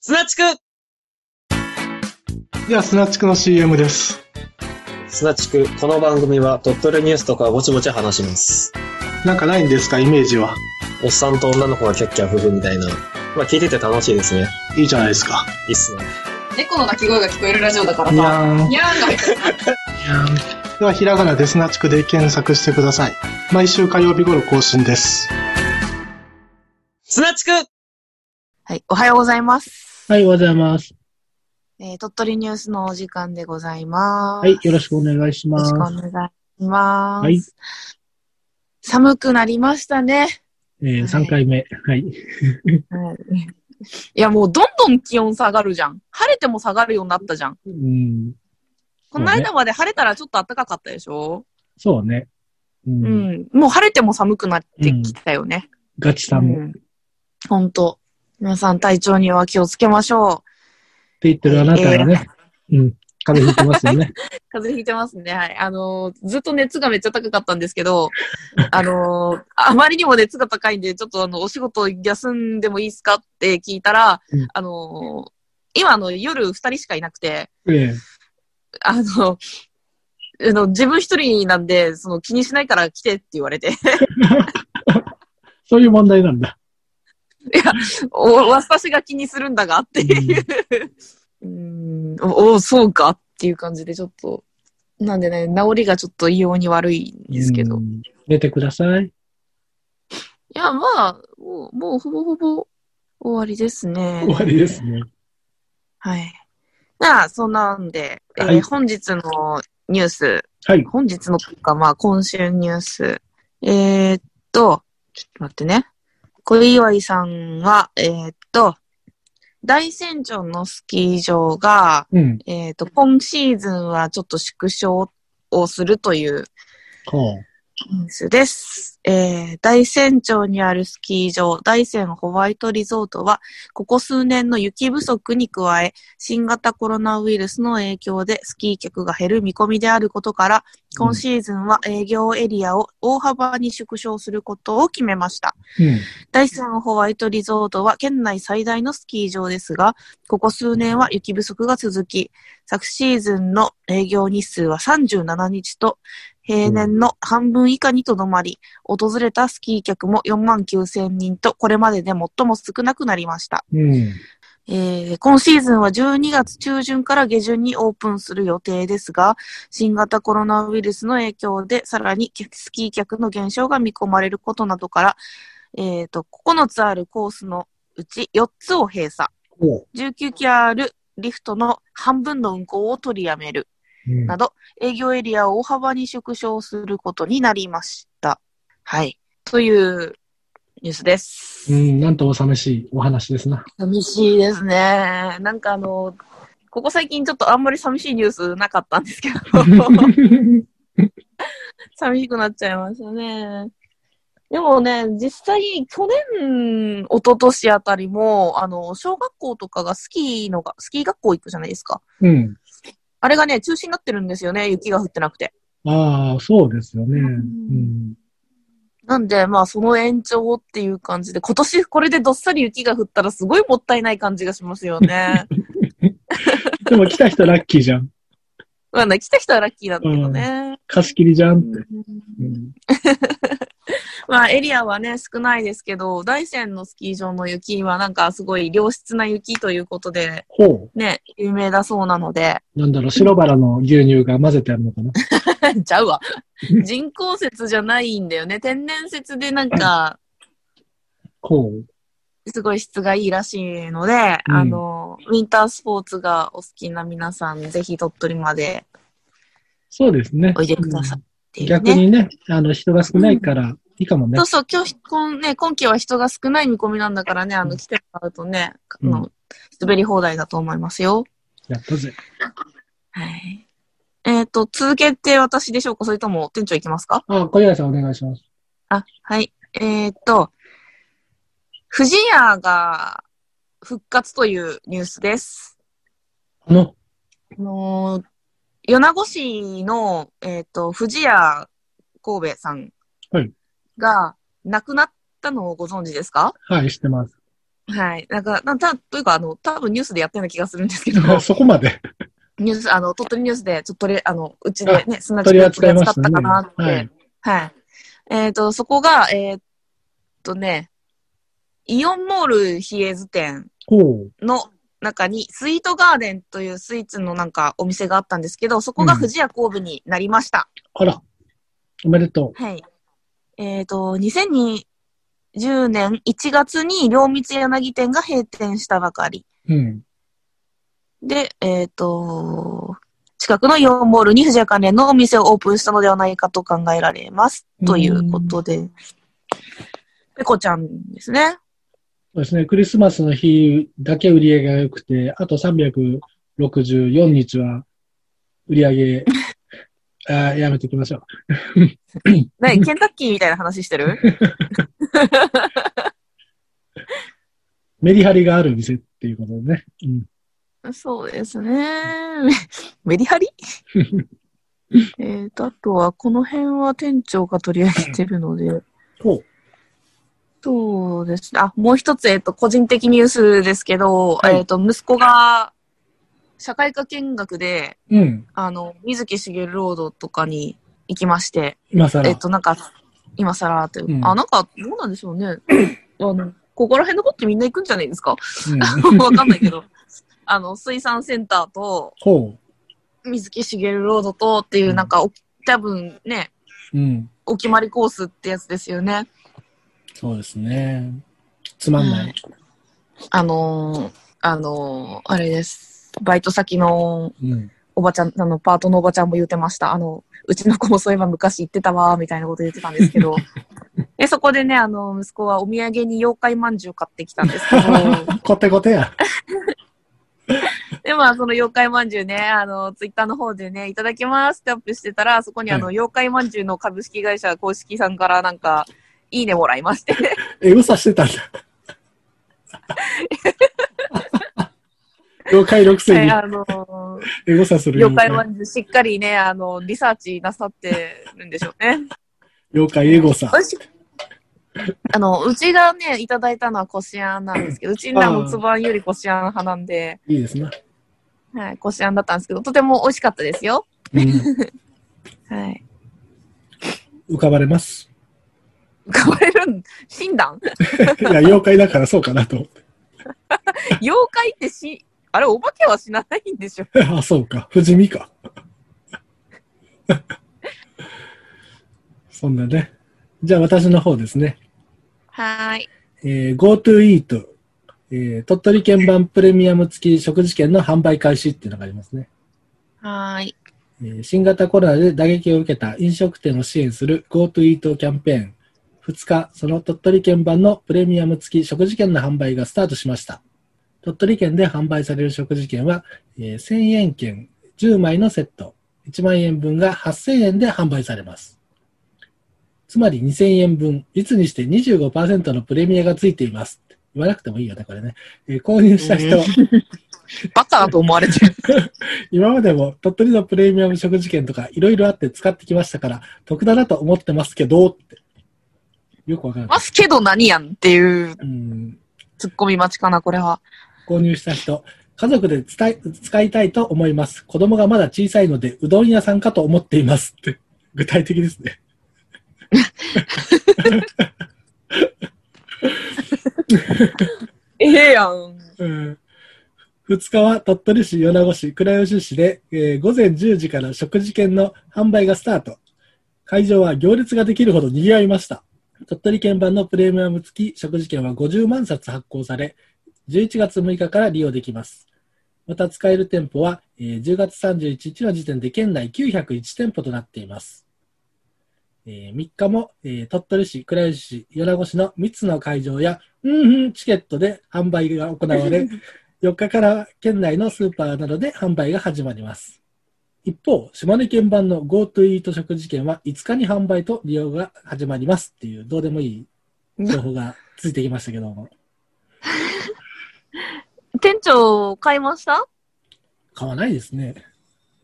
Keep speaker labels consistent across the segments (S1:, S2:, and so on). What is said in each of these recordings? S1: 砂地区
S2: では、スナチクの CM です。
S1: 砂地区、この番組は鳥取ニュースとかぼちぼち話します。
S2: なんかないんですか、イメージは。
S1: おっさんと女の子がキャッキャ夫婦みたいな。まあ聞いてて楽しいですね。
S2: いいじゃないですか。
S1: いいっすね。
S3: 猫の鳴き声が聞こえるラジオだから
S2: に
S3: さ。
S2: ゃーん。
S3: にゃーんが入ってる
S2: では、ひらがなでスナチクで検索してください。毎週火曜日頃更新です。
S1: 砂地区
S4: はい、おはようございます。
S5: はい、おはようございます。
S4: えー鳥取ニュースのお時間でございます。
S5: はい、よろ
S4: し
S5: しくお願いし
S4: く
S5: ます。
S4: よろしくお願いします。
S5: はい
S4: 寒くなりましたね。
S5: えー、3回目。はい。
S4: いや、もうどんどん気温下がるじゃん。晴れても下がるようになったじゃん。
S5: うん、
S4: この間まで晴れたらちょっと暖かかったでしょ、
S5: そうね。うん。
S4: う、ん、もう晴れても寒くなってきたよね。
S5: ガチ
S4: う
S5: 寒っ
S4: んほんと。皆さん体調には気をつけましょ
S5: て言ってるあなたがね、うん、風邪ひいてますよ ね。
S4: う。風邪ひいてますね。はい。あのーずっと熱がめっちゃ高かったんですけど、あのーあまりにも熱が高いんで、ちょっとあの、お仕事休んでもいいですかって聞いたら、
S5: うん
S4: あのー今あの、夜二人しかいなくて、
S5: ええ
S4: あの、あの自分一人なんで、その気にしないから来てって言われて、
S5: そういう問題なんだ。
S4: お、私が気にするんだがっていう。 うん、お、おそうかっていう感じでちょっと、なんでね、治りがちょっと異様に悪いんですけど。
S5: う
S4: い
S5: ん。寝てください。
S4: や、まあ、もう、もうほぼほぼ終わりです
S5: 終
S4: ね。
S5: わりですね。
S4: はい。なあ、そんなんで、えー
S5: はい
S4: 本日のニュース、
S5: はい。
S4: 本日のというか、まあ、今週ニュース。えー、っと、ちょっと待ってね。小祝さんは、えー、っと、大山町のスキー場が、
S5: うん。
S4: えー、っと、今シーズンはちょっと縮小をするという
S5: ほう。
S4: ニュースです。えー、大山町にあるスキー場、大山ホワイトリゾートは、ここ数年の雪不足に加え、新型コロナウイルスの影響でスキー客が減る見込みであることから、今シーズンは営業エリアを大幅に縮小することを決めました。
S5: うん。
S4: 大山ホワイトリゾートは県内最大のスキー場ですが、ここ数年は雪不足が続き、昨シーズンの営業日数は37日と、平年の半分以下にとどまり、訪れたスキー客も4万9000人と、これまでで最も少なくなりました。
S5: うん。
S4: えー今シーズンは12月中旬から下旬にオープンする予定ですが、新型コロナウイルスの影響で、さらにスキー客の減少が見込まれることなどから、えー、と、9つあるコースのうち4つを閉鎖、
S5: ほう。
S4: 19機あるリフトの半分の運行を取りやめる
S5: うん
S4: など、営業エリアを大幅に縮小することになりました。はい。というニュースです。
S5: うん、なんとお寂しいお話です な。
S4: 寂しいですね。なんかあの、ここ最近ちょっとあんまり寂しいニュースなかったんですけど、寂しくなっちゃいましたね。でもね、実際、去年、一昨年あたりも、あの、小学校とかがスキーのが、スキー学校行くじゃないですか。
S5: うん。
S4: あれがね、中止になってるんですよね、雪が降ってなくて。
S5: ああ、そうですよね。うん
S4: ん。なんで、まあ、その延長っていう感じで、今年これでどっさり雪が降ったらすごいもったいない感じがしますよね。
S5: でも来た人ラッキーじゃん。
S4: まあね、来た人はラッキーなんだけどね。
S5: 貸し切りじゃんって。
S4: うん
S5: うん。
S4: まあエリアはね、少ないですけど、大山のスキー場の雪はなんかすごい良質な雪ということで、
S5: ほう。
S4: ね、有名だそうなので、
S5: なんだろう、白バラの牛乳が混ぜてあるのかな。
S4: ちゃうわ。人工雪じゃないんだよね。天然雪でなんか、
S5: こう。
S4: すごい質がいいらしいので、
S5: うん
S4: あの、ウィンタースポーツがお好きな皆さん、ぜひ鳥取まで
S5: そうですね。
S4: おいでくださいって
S5: う
S4: い
S5: ん
S4: う
S5: 逆
S4: ね。
S5: にね、あの、人が少ないから、いいかもね
S4: そう。そう、今日、今ね、今季は人が少ない見込みなんだからね、あの、来てもらうとね、あ
S5: う
S4: の、滑り放題だと思いますよ。
S5: やったぜ。
S4: はい。えっ、と、続けて私でしょうかそれとも店長いきますか
S5: あ、小祝さんお願いします。
S4: あ、はい。えっ、と、富士屋が復活というニュースです。
S5: あの、
S4: あのー米子市の、えっ、と、富士屋神戸さん
S5: はい
S4: が亡くなったのをご存知ですか
S5: はい、知ってます。
S4: はい。なんか、なんた、というか、あの、多分ニュースでやったような気がするんですけ ど、
S5: あ そこまで。
S4: ニュース、あの、鳥取ニュースで、ちょっとれ、あの、うちでね、砂地
S5: 取
S4: で
S5: り扱いま
S4: 使っ
S5: した
S4: たかな
S5: ね
S4: っ。て、
S5: はい。
S4: はい。えっ、と、そこが、えーっとね、イオンモールヒエズ店
S5: ほう。
S4: の中に、スイートガーデンというスイーツのなんかお店があったんですけど、そこが富士屋神戸になりました。
S5: あら。おめでと
S4: はい。えっ、と、2020年1月に、両光柳店が閉店したばかり。
S5: う。うん。
S4: で、えっ、と、近くのイオンモールに藤屋関連のお店をオープンしたのではないかと考えられます。
S5: うん
S4: ということで。ペコちゃんですね。
S5: そうですね。クリスマスの日だけ売り上げが良くて、あと364日は売り上げ、 あーやめておきましょう。
S4: ね、ケンタッキーみたいな話してる
S5: メリハリがある店っていうことでね。う ん。
S4: そうですね。 メリハ リえっと、あとは、この辺は店長が取り上げてるので。
S5: ほう。
S4: そうですね。あ、もう一つ、えっと、個人的ニュースですけど、
S5: はい
S4: えっと、息子が、社会科見学で、
S5: うん。
S4: あの、水木しげるロードとかに行きまして、
S5: 今更。
S4: えっと、なんか、今更という、
S5: うん
S4: あ、なんか、どうなんでしょ うね。あの、ここら辺の子ってみんな行くんじゃない ですか
S5: うん
S4: わかんないけど。あの、水産センターと、
S5: ほ
S4: 水木しげるロードとっていう、なんか、お多分ね、
S5: う。うん。
S4: お決まりコースってやつですよね。
S5: そうですね。つまんない。
S4: あのーあのーあれです。バイト先の
S5: うん。
S4: おばちゃん、あの、パートのおばちゃんも言ってました。あの、うちの子もそういえば昔言ってたわ、みたいなこと言ってたんですけ ど。で、そこでね、あの、息子はお土産に妖怪まんじゅう買ってきたんですけど、
S5: コテコテや。
S4: で、まあ、その妖怪まんじゅうね、あの、ツイッターの方でね、いただきますってアップしてたら、そこにあの、
S5: は
S4: 妖怪まんじゅうの株式会社公式さんからなんか、いいねもらいまして。
S5: え、嘘してた んだ。妖怪六世
S4: で
S5: に
S4: あの、
S5: エゴサする
S4: 妖怪ま
S5: 妖
S4: んじゅうしっかりね、あの、リサーチなさってるんでしょうね。
S5: 妖怪エゴサ。
S4: 私あの、うちがね、いただいたのはこしあんなんですけど、うちのもつばんよりこしあん派なんで、
S5: いいですね。
S4: はい、こしあんだったんですけど、とても美味しかったですよ。
S5: うん。
S4: はい。
S5: 浮かばれます。
S4: 変われるん、診断
S5: いや、妖怪だからそうかなと思って。
S4: 妖怪ってし、あれ、お化けは死なないんでしょ
S5: あ、そうか。不死身か。 そんなね。じゃあ私の方ですね。
S4: はい。
S5: えー GoTo イート、えー鳥取県版プレミアム付き食事券の販売開始っていうのがありますね。
S4: はい。
S5: えー新型コロナで打撃を受けた飲食店を支援する GoTo イートキャンペーン。2日、その鳥取県版のプレミアム付き食事券の販売がスタートしました。鳥取県で販売される食事券は、えー1000円券10枚のセット、1万円分が8000円で販売されます。つまり2000円分、率にして25%のプレミアがついています。言わなくてもいいよね、これね。えー購入した人は、
S4: バカだと思われてる。
S5: 今までも鳥取のプレミアム食事券とかいろいろあって使ってきましたから、得だなと思ってますけど、って。よくわからない。
S4: ますけど何やんっていう
S5: うん。
S4: ツッコミ待ちかな、これは。
S5: 購入した人、家族で伝え使いたいと思います。子供がまだ小さいので、うどん屋さんかと思っています。って。具体的ですね。
S4: ええやん。
S5: うん2日は鳥取市米子市倉吉市で、えー午前10時から食事券の販売がスタート会場は行列ができるほど賑わいました鳥取県版のプレミアム付き食事券は50万冊発行され11月6日から利用できますまた使える店舗は、えー10月31日の時点で県内901店舗となっていますえー3日も、えー鳥取市、倉吉市、米子市の3つの会場や、うんうんチケットで販売が行わ れ、4日から県内のスーパーなどで販売が始まります。一方、島根県版の GoTo イート食事券は5日に販売と利用が始まりますっていう、どうでもい い情報がついてきましたけども、
S4: 店長、買いました
S5: 買わないですね。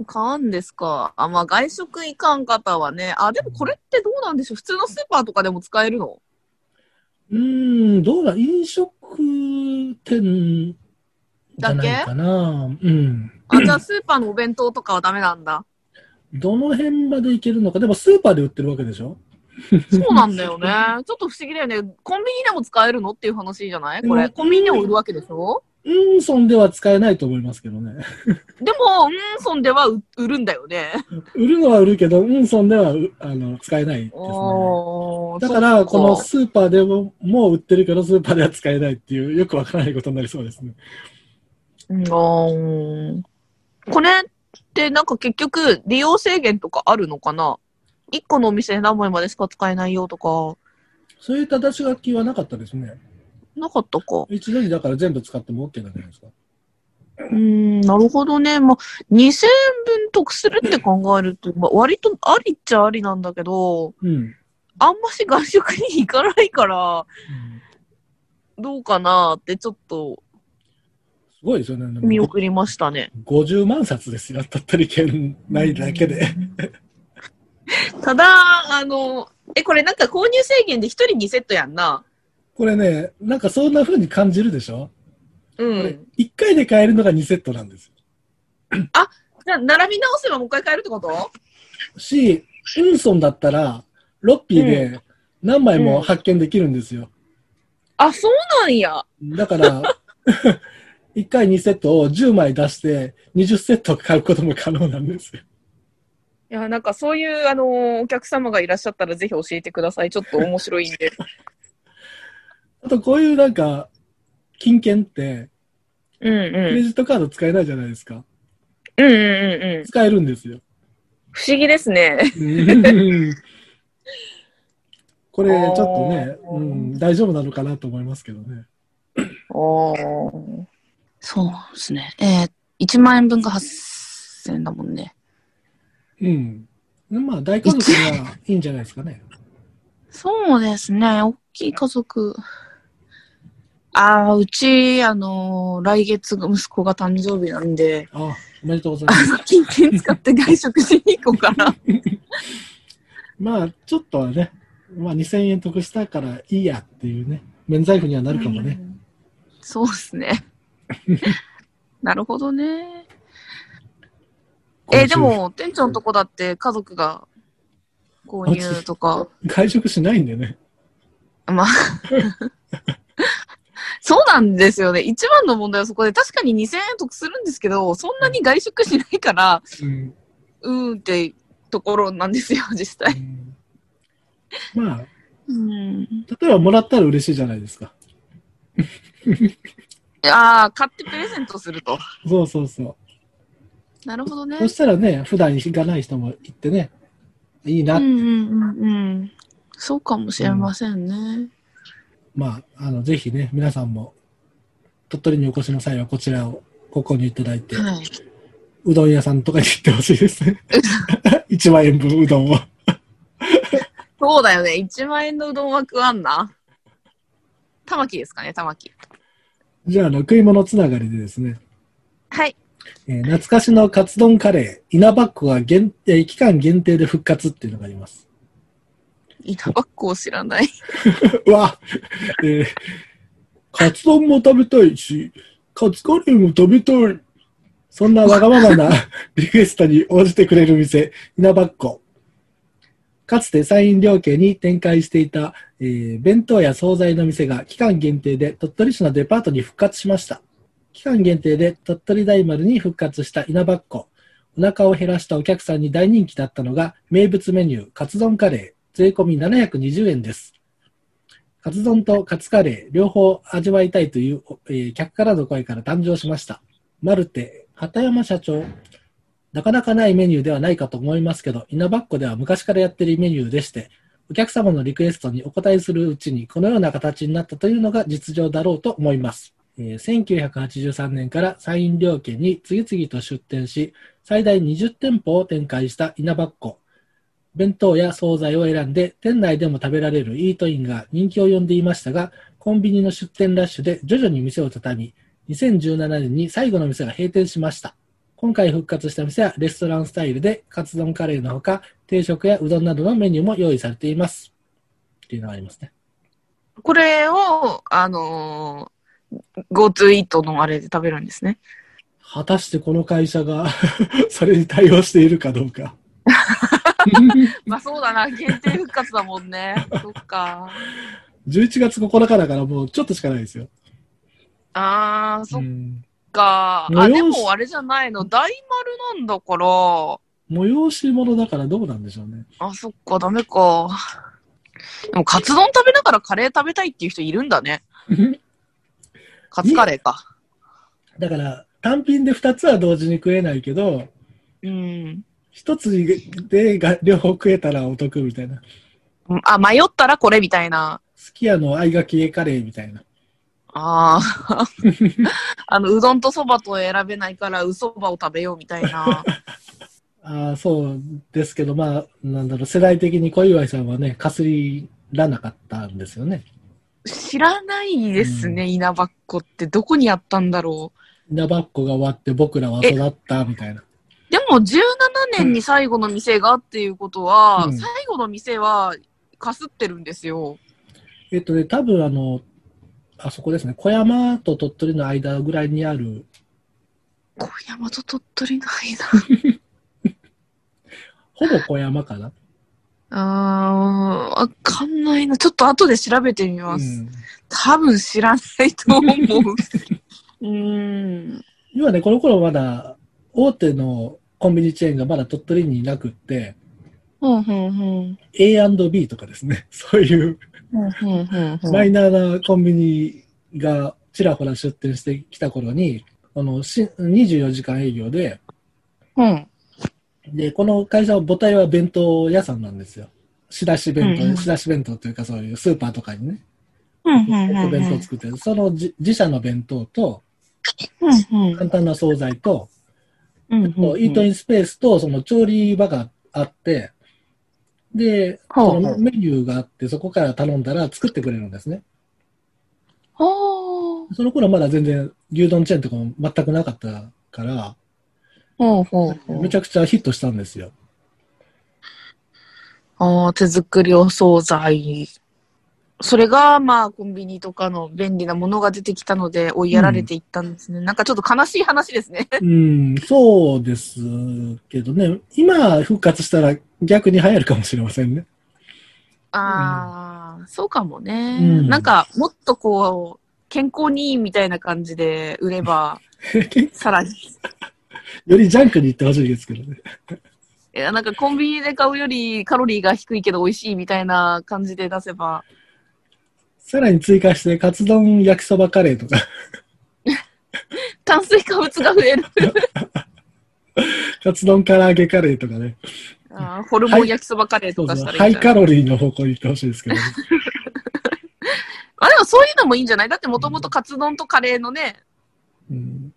S4: 買うんですか。あ、まあ、外食行かん方はね。あ、でもこれってどうなんでしょう普通のスーパーとかでも使えるの
S5: ううーん、どうだ、飲食店じゃないかな。うん。
S4: あ、じゃあスーパーのお弁当とかはダメなんだ。
S5: どの辺まで行けるのか。でもスーパーで売ってるわけでしょ
S4: そうなんだよ ね。ちょっと不思議だよね。コンビニでも使えるのっていう話じゃないこ
S5: う
S4: れ。
S5: ん
S4: コンビニでも売るわけでしょ
S5: うん、そんでは使えないと思いますけどね。
S4: でも、うん、そんでは売売るんだよね。
S5: 売るのは売るけど、うん、そんではうあの使えないですね。
S4: おー
S5: だから、この
S4: そっ
S5: スーパーでも、もう売ってるけど、スーパーでは使えないっていう、よくわからないことになりそうですね。
S4: うんこれってなんか結局利用制限とかあるのかな一個のお店で何枚までしか使えないよとか、
S5: そういった出し書きはなかったですね。
S4: なかったか。
S5: 一度にだから全部使っても OK なんじゃないですか。
S4: うーん、なるほどね。まあ、2000円分得するって考えると、まあ、割とありっちゃありなんだけど、
S5: うんうん。
S4: あんまし外食に行かないから、どうかなってちょっと
S5: すごいですよね。で
S4: 見
S5: も
S4: 送りましたね。
S5: 50万冊ですよ。たったり券ないだけで。
S4: ただ、あの、え、これなんか購入制限で1人2セットやんな。
S5: これね、なんかそんな風に感じるでしょ、
S4: う
S5: これ
S4: ん。
S5: ?1 回で買えるのが2セットなんです
S4: じゃあ、並び直せばもう一回買えるってこと
S5: よ。し、ウンソンだったら、ロッピーで何枚も発見できるんですよ。
S4: あ、そうなんや。
S5: だから、1回2セットを10枚出して、20セット買うことも可能なんですよ。
S4: いや、なんかそういう、あの、お客様がいらっしゃったらぜひ教えてください。ちょっと面白いんで。
S5: あと、こういうなんか、金券って、
S4: うん
S5: クレ
S4: う
S5: ジットカード使えないじゃないですか。
S4: ん。うんうんうんうん。
S5: 使えるんで すよ。
S4: 不思議ですね。
S5: これ、ちょっとね、
S4: あー
S5: うん、大丈夫なのかなと思いますけどね。
S4: おーそうなんですね。えー、1万円分が8000円だもんね。
S5: うん。まあ、大家族にはいいんじゃないですか ね。
S4: そうですね。大きい家族。ああ、うち、あのー来月が息子が誕生日なんで、
S5: あ、おめでとうございます。
S4: 金券使って外食しに行こうかな。
S5: まあ、ちょっとはね、まあ、2000円得したからいいやっていうね、免罪符にはなるかもね。
S4: そうです ね。なるほどね。えーでも、店長のとこだって家族が購入とか、
S5: 外食しないんでね。
S4: まあ。そうなんですよね。一番の問題はそこで、確かに2000円得するんですけど、そんなに外食しないから、
S5: うん。
S4: うーんってところなんですよ、 実際。
S5: まあ、
S4: うん。
S5: 例えばもらったら嬉しいじゃないですか。
S4: ああ、買ってプレゼントすると。
S5: そうそうそう。
S4: なるほどね。
S5: そしたらね、普段行かない人も行ってね、いいな、
S4: うんうんうんうん。そうかもしれませんね。
S5: まあ、あの、ぜひね、皆さんも、鳥取にお越しの際はこちらをご購入いただいて、
S4: はい。
S5: うどん屋さんとかに行ってほしいですね。1万円分うどんを。
S4: そうだよね。1万円のうどんは食わんな。玉木ですかね、玉木。
S5: じゃあ、あの食い物つながりでですね、
S4: はい。
S5: えー懐かしのカツ丼カレー、稲葉っ子が限、えー期間限定で復活っていうのがあります。
S4: 稲葉っ子を知らない。
S5: うわ、えー、カツ丼も食べたいし、カツカレーも食べたい。そんなわがままなリクエストに応じてくれる店、稲葉っ子。かつて山陰両家に展開していた、えー弁当や惣菜の店が期間限定で鳥取市のデパートに復活しました。期間限定で鳥取大丸に復活した稲葉っ子。お腹を減らしたお客さんに大人気だったのが名物メニュー、カツ丼カレー。税込み720円です。カツ丼とカツカレー、両方味わいたいという、えー客からの声から誕生しました。マルテ、畑山社長。なかなかないメニューではないかと思いますけど、稲葉っ子では昔からやっているメニューでして、お客様のリクエストにお答えするうちに、このような形になったというのが実情だろうと思います。えー1983年から山陰両家に次々と出店し、最大20店舗を展開した稲葉っ子。弁当や惣菜を選んで店内でも食べられるイートインが人気を呼んでいましたがコンビニの出店ラッシュで徐々に店を畳み2017年に最後の店が閉店しました今回復活した店はレストランスタイルでカツ丼カレーのほか定食やうどんなどのメニューも用意されていますっていうのがありますね
S4: これを、あのー、GoTo イートのあれで食べるんですね。
S5: 果たしてこの会社が それに対応しているかどうか。
S4: まあそうだな、限定復活だもん ね。そっか。
S5: 11月9日だからもうちょっとしかないですよ。
S4: あー、そっ
S5: うん
S4: か。
S5: うん
S4: あ、
S5: 催し
S4: でもあれじゃないの。大丸なんだから。
S5: 催し物だからどうなんでしょうね。
S4: あ、そっか、ダメか。でも、カツ丼食べながらカレー食べたいっていう人いるんだね。カツカレーか。
S5: だから、単品で2つは同時に食えないけど、
S4: うん。
S5: 1つでが両方食えたらお得みたいな。
S4: あ、迷ったらこれみたいな。
S5: すき家の合いがけカレーみたいな。
S4: ああ。 あの、うどんとそばと選べないから、うそばを食べようみたいな。
S5: ああ、そうですけど、まあ、なんだろう、世代的に小祝さんはね、かすりらなかったんですよね。
S4: 知らないですね、稲葉っ子って。どこにあったんだろう。
S5: 稲葉っ子が終わって僕らは育ったみたいな。
S4: でも、17年に最後の店がっていうことは、
S5: うん
S4: 最後の店は、かすってるんですよ。
S5: えっとね、多分あの、あそこですね、小山と鳥取の間ぐらいにある、
S4: 小山と鳥取の間。
S5: ほぼ小山かな。
S4: あー、わかんないな。ちょっと後で調べてみます。
S5: うん
S4: 多分知らないと思う。 うーん。
S5: 今ね、この頃まだ、大手のコンビニチェーンがまだ鳥取にいなくって、
S4: ほんほんほん。
S5: A&B とかですね、 そういう
S4: ほんほんほんほん
S5: マイナーなコンビニがちらほら出店してきた頃に、あの、し24時間営業で、
S4: うん。
S5: で、この会社は母体は弁当屋さんなんですよ。仕出し弁当、
S4: うんうん
S5: 仕出し弁当というかそういうスーパーとかにね、
S4: うんうん
S5: お
S4: うんう
S5: 弁当
S4: ん
S5: 作ってる。その自自社の弁当と、
S4: うん
S5: 簡単な惣菜と、
S4: うん
S5: こうイートインスペースと、その調理場があって、で、
S4: ほう
S5: そのメニューがあって、そこから頼んだら作ってくれるんですね。
S4: ほう
S5: その頃まだ全然牛丼チェーンとかも全くなかったから、
S4: ほうほうほう
S5: めちゃくちゃヒットしたんですよ。
S4: あー手作りお惣菜。それが、まあ、コンビニとかの便利なものが出てきたので、追いやられていったんですね。なんかちょっと悲しい話ですね。
S5: うん、そうですけどね、今復活したら逆に流行るかもしれませんね。
S4: ああ、そうかもね、
S5: うん
S4: なんか、もっとこう、健康にいいみたいな感じで売れば、さらに。
S5: よりジャンクに行ってほしいですけどね。
S4: いやなんかコンビニで買うよりカロリーが低いけど美味しいみたいな感じで出せば。
S5: さらに追加して、カツ丼焼きそばカレーとか、
S4: 炭水化物が増える。
S5: カツ丼唐揚げカレーとかね、
S4: あーホルモン焼きそばカレーと
S5: そう
S4: か
S5: そ
S4: した
S5: う
S4: らい
S5: ハ
S4: いん
S5: イ
S4: じゃない
S5: カロリーの方向に行ってほしいですけどね、
S4: あ、でもそういうのもいいんじゃないだってもともとカツ丼とカレーのね、
S5: うん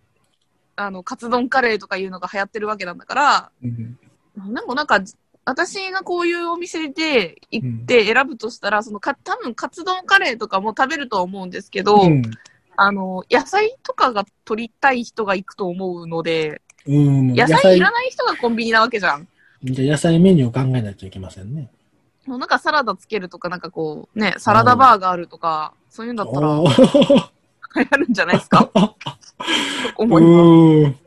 S4: あの、カツ丼カレーとかいうのが流行ってるわけなんだから、
S5: うん
S4: でもなんか、私がこういうお店で行って選ぶとしたら、そのか、多分カツ丼カレーとかも食べるとは思うんですけど、
S5: うん
S4: あの、野菜とかが取りたい人が行くと思うので、
S5: うん
S4: 野
S5: 野
S4: 菜
S5: 菜
S4: いらない人がコンビニなわけじゃん。
S5: じゃあ野菜メニューを考えないといけませんね。
S4: もうなんかサラダつけるとか、なんかこう、ね、サラダバーがあるとか、そういうんだったら
S5: おー
S4: 流行るんじゃないです かと思います。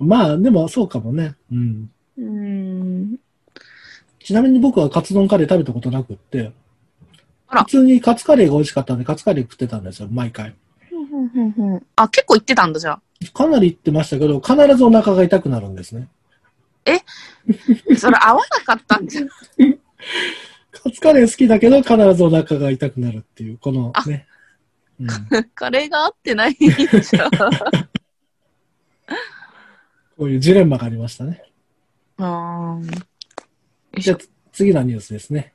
S5: うんまあ、でもそうかもね。うん
S4: うーん。
S5: ちなみに僕はカツ丼カレー食べたことなくって、
S4: あら
S5: 普通にカツカレーが美味しかったんで、カツカレー食ってたんですよ、毎回。
S4: あ、結構行ってたんだ、じゃあ。
S5: かなり行ってましたけど、必ずお腹が痛くなるんですね。
S4: それ合わなかったん じゃん。
S5: カツカレー好きだけど、必ずお腹が痛くなるっていう、このね。うん、
S4: カレーが合ってないんじゃん。
S5: こういうジレンマがありましたね。
S4: あー
S5: じゃあ、つ次のニュースですね。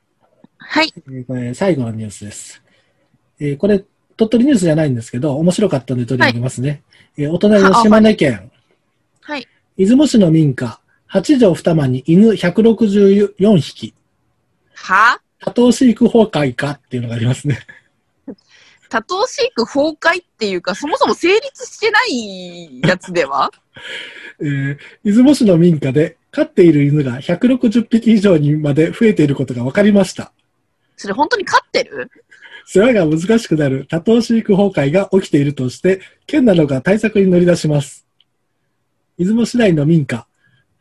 S4: はい。
S5: えーこれ、最後のニュースです。えーこれ、鳥取ニュースじゃないんですけど、面白かったんで取り上げますね。えーお隣の島根県、
S4: はい。
S5: 出雲市の民家、8畳二間に犬164匹、
S4: は
S5: 多頭飼育崩壊かっていうのがありますね。
S4: 多頭飼育崩壊っていうか、そもそも成立してないやつでは
S5: えー出雲市の民家で飼っている犬が160匹以上にまで増えていることが分かりました。
S4: それ本当に飼ってる
S5: 世話が難しくなる多頭飼育崩壊が起きているとして、県などが対策に乗り出します。出雲市内の民家、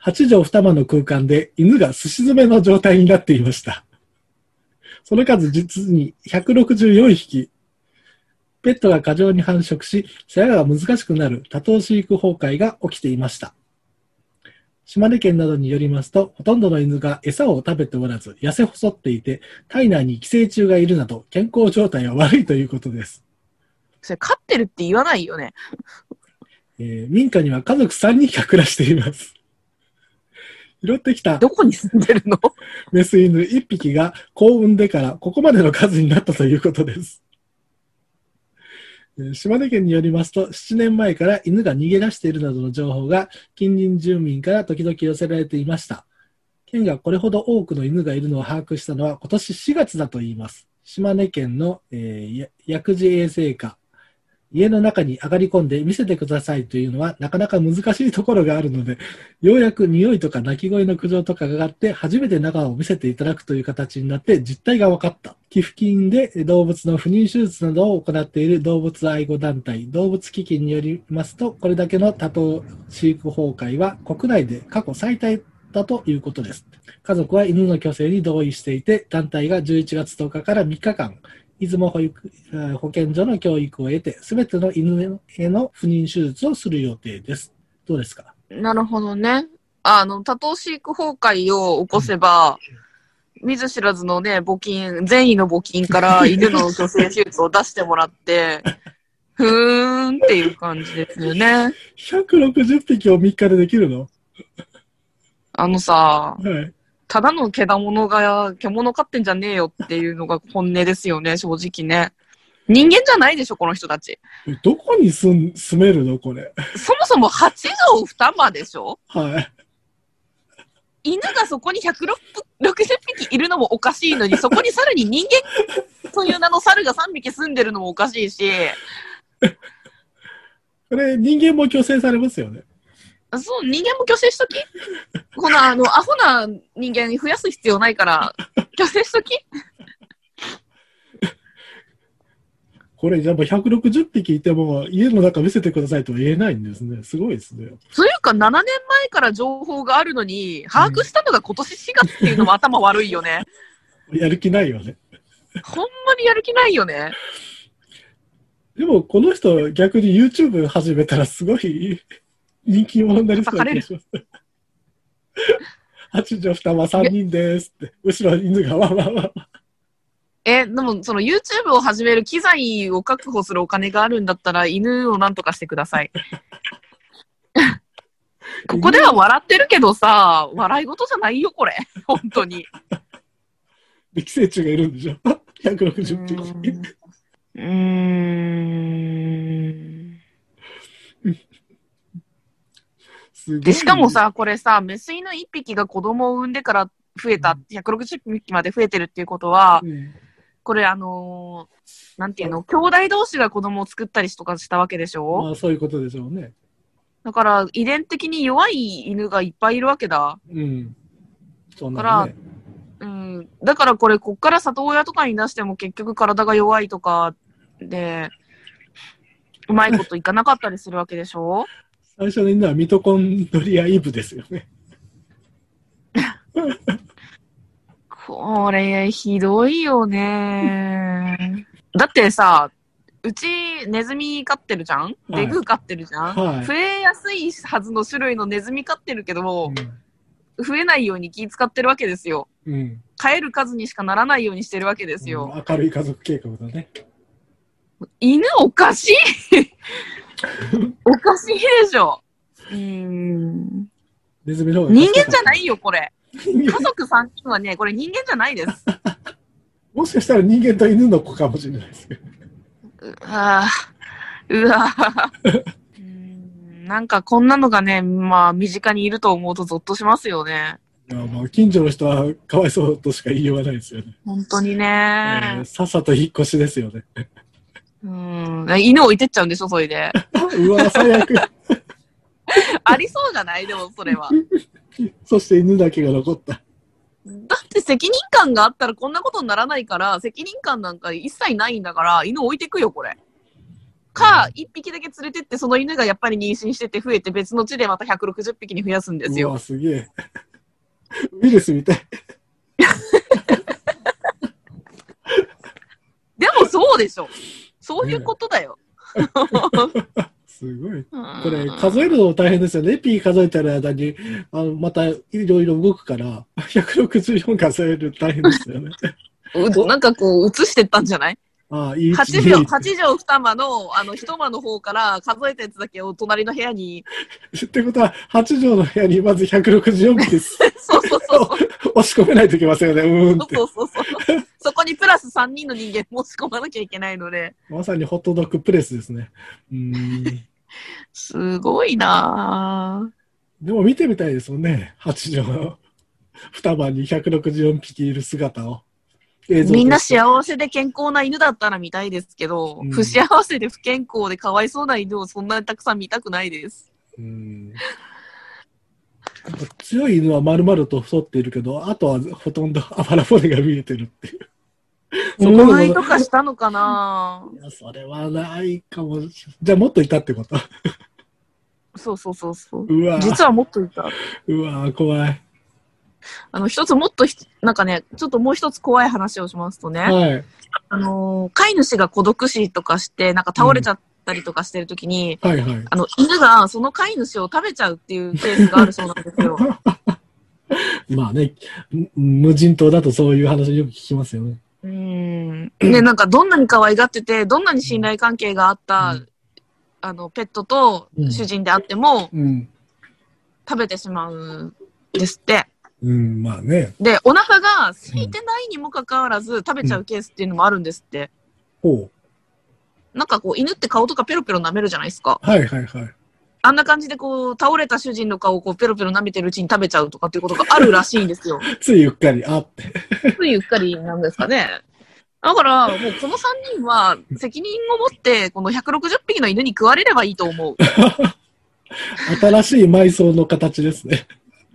S5: 8畳2間の空間で犬がすし詰めの状態になっていました。その数実に164匹。ペットが過剰に繁殖し、世話が難しくなる多頭飼育崩壊が起きていました。島根県などによりますと、ほとんどの犬が餌を食べておらず、痩せ細っていて、体内に寄生虫がいるなど、健康状態は悪いということです。
S4: それ、飼ってるって言わないよね。
S5: えー民家には家族3人が暮らしています。拾ってきた
S4: どこに住んでるの
S5: メス犬1匹が子を産んでからここまでの数になったということです。えー島根県によりますと、7年前から犬が逃げ出しているなどの情報が近隣住民から時々寄せられていました。県がこれほど多くの犬がいるのを把握したのは今年4月だといいます。島根県の、えーや薬事衛生課。家の中に上がり込んで見せてくださいというのはなかなか難しいところがあるので、ようやく匂いとか鳴き声の苦情とかがあって、初めて中を見せていただくという形になって実態が分かった。寄付金で動物の不妊手術などを行っている動物愛護団体、動物基金によりますと、これだけの多頭飼育崩壊は国内で過去最大だということです。家族は犬の去勢に同意していて、団体が11月10日から3日間、出雲保育えー保健所の教育を得て、すべての犬への不妊手術をする予定です。どうですか
S4: なるほどね。あの、多頭飼育崩壊を起こせば、見ず知らずのね、募金、善意の募金から犬の去勢手術を出してもらって、ふーんっていう感じですよね。
S5: 160匹を3日でできるの
S4: あのさ、
S5: はい。
S4: ただの毛物が、獣飼ってんじゃねえよっていうのが本音ですよね、正直ね。人間じゃないでしょ、この人たち。
S5: どこに住ん住めるのこれ。
S4: そもそも8畳2間でしょ
S5: はい。
S4: 犬がそこに160匹いるのもおかしいのに、そこにさらに人間という名の猿が3匹住んでるのもおかしいし、
S5: これ、人間も強制されますよね。
S4: そう、人間も虚勢しときこの、あの、アホな人間増やす必要ないから、虚勢しとき
S5: これ、やっぱ160匹いても、家の中見せてくださいとは言えないんですね。すごいですね。
S4: というか、7年前から情報があるのに、把握したのが今年4月っていうのも頭悪いよね。
S5: やる気ないよね。
S4: ほんまにやる気ないよね。
S5: でも、この人、逆に YouTube 始めたら、すごい人気者になりそうな気がします。8畳2間3人ですって。後ろ犬がわわわ。
S4: え、でも、その YouTube を始める機材を確保するお金があるんだったら、犬をなんとかしてください。ここでは笑ってるけどさ、笑い事じゃないよ、これ。 本当に。
S5: で、寄生虫がいるんでしょ ?160
S4: う
S5: 匹。
S4: ーん。
S5: すごい
S4: で、しかも、さ、これさ、メス犬1匹が子供を産んでから増えた、160匹まで増えてるっていうことは、
S5: うん
S4: これあのーなんていうの、兄弟同士が子供を作ったりとかしたわけでしょ
S5: まあ、そういうことでしょうね。
S4: だから、遺伝的に弱い犬がいっぱいいるわけだ。
S5: うん。そん
S4: だ
S5: な
S4: か
S5: んね。
S4: うん。だからこれ、こっから里親とかに出しても結局体が弱いとかで、うまいこといかなかったりするわけでしょ
S5: 最初の犬はミトコンドリアイブですよね。
S4: これ、ひどいよね。だってさ、うち、ネズミ飼ってるじゃん
S5: はい
S4: デグー飼ってるじゃん、
S5: はい
S4: 増えやすいはずの種類のネズミ飼ってるけど、増えないように気使ってるわけですよ。
S5: うん。うん。
S4: 飼える数にしかならないようにしてるわけですよ。
S5: 明るい家族計画だね。
S4: 犬おかしいおかしいでしょうーん
S5: ネズミの方が
S4: 人間じゃないいよ、これ。家族3人はね、これ人間じゃないです。
S5: もしかしたら人間と犬の子かもしれないですけど。
S4: ああ、うわぁうーんなんかこんなのがね、まあ身近にいると思うとゾッとしますよね。
S5: まあまあ、近所の人はかわいそうとしか言いようがないですよね。
S4: 本当に
S5: えー
S4: ね。
S5: さっさと引っ越しですよね。
S4: うん。犬置いてっちゃうんでしょ、それで。
S5: うわ、最悪。
S4: ありそうじゃないでも、それは。
S5: そして犬だけが残った。
S4: だってって責任感があったらこんなことにならないから、責任感なんか一切ないんだから、犬置いてくよ、これ。か、一匹だけ連れてって、その犬がやっぱり妊娠してて増えて、別の地でまた160匹に増やすんです
S5: う
S4: よ。
S5: わ、すげえ。ウィルスみたい。
S4: でもそうでしょ。そういうことだよ。
S5: すごい。こ
S4: こ
S5: れ、数えるのも大変ですよね。ピー数えてる間に、あのまたいろいろ動くから、164数えるの大変ですよね。
S4: うなんかこう、映してったんじゃない
S5: ああ、いい
S4: ?8 秒、8畳2間の、あの、1間の方から数えたやつだけを隣の部屋に、
S5: ってことは、8畳の部屋にまず164匹です。
S4: そうそうそう。
S5: 押し込めないといけませんよね。うーんって
S4: そ。うそうそうそう。そこにプラス3人の人間持ち込まなきゃいけないので、
S5: まさにホットドッグプレスですね。うーん。
S4: すごいなぁ
S5: でも見てみたいですもんね。8畳の双葉に164匹いる姿を。映像として
S4: みんな幸せで健康な犬だったら見たいですけど、
S5: うん
S4: 不幸せで不健康でかわいそうな犬をそんなにたくさん見たくないです。
S5: うん強い犬は丸々と太っているけど、あとはほとんどあばら骨が見えてるっていう。そこ
S4: お
S5: の
S4: 前とかしたのかない
S5: やそれはないかもしれない。じゃあもっといたってこと。
S4: そうそうそうそう。
S5: うわ
S4: 実はもっといた。
S5: うわ怖い。
S4: あの、一つもっとひ、なんかね、ちょっともう一つ怖い話をしますとね、
S5: はい。
S4: あのー飼い主が孤独死とかして、なんか倒れちゃったりとかしてるときに、
S5: はいはい。
S4: あの、犬がその飼い主を食べちゃうっていうケースがあるそうなんですよ。
S5: まあね、む無人島だとそういう話よく聞きますよね。
S4: うん。で、なんかどんなに可愛がってて、どんなに信頼関係があった、
S5: うん
S4: あの、ペットと
S5: うん
S4: 主人であっても、
S5: うん。
S4: 食べてしまうんですって。
S5: うん、まあね。
S4: で、お腹が空いてないにもかかわらず、食べちゃうケースっていうのもあるんですって。
S5: ほう。
S4: なんかこう、犬って顔とかペロペロ舐めるじゃないですか。
S5: はいはいはい。
S4: あんな感じでこう、倒れた主人の顔をこう、ペロペロ舐めてるうちに食べちゃうとかっていうことがあるらしいんですよ。
S5: ついうっかり、あって。
S4: ついうっかりなんですかね。だから、もうこの3人は責任を持って、この160匹の犬に食われればいいと思う。
S5: 新しい埋葬の形ですね。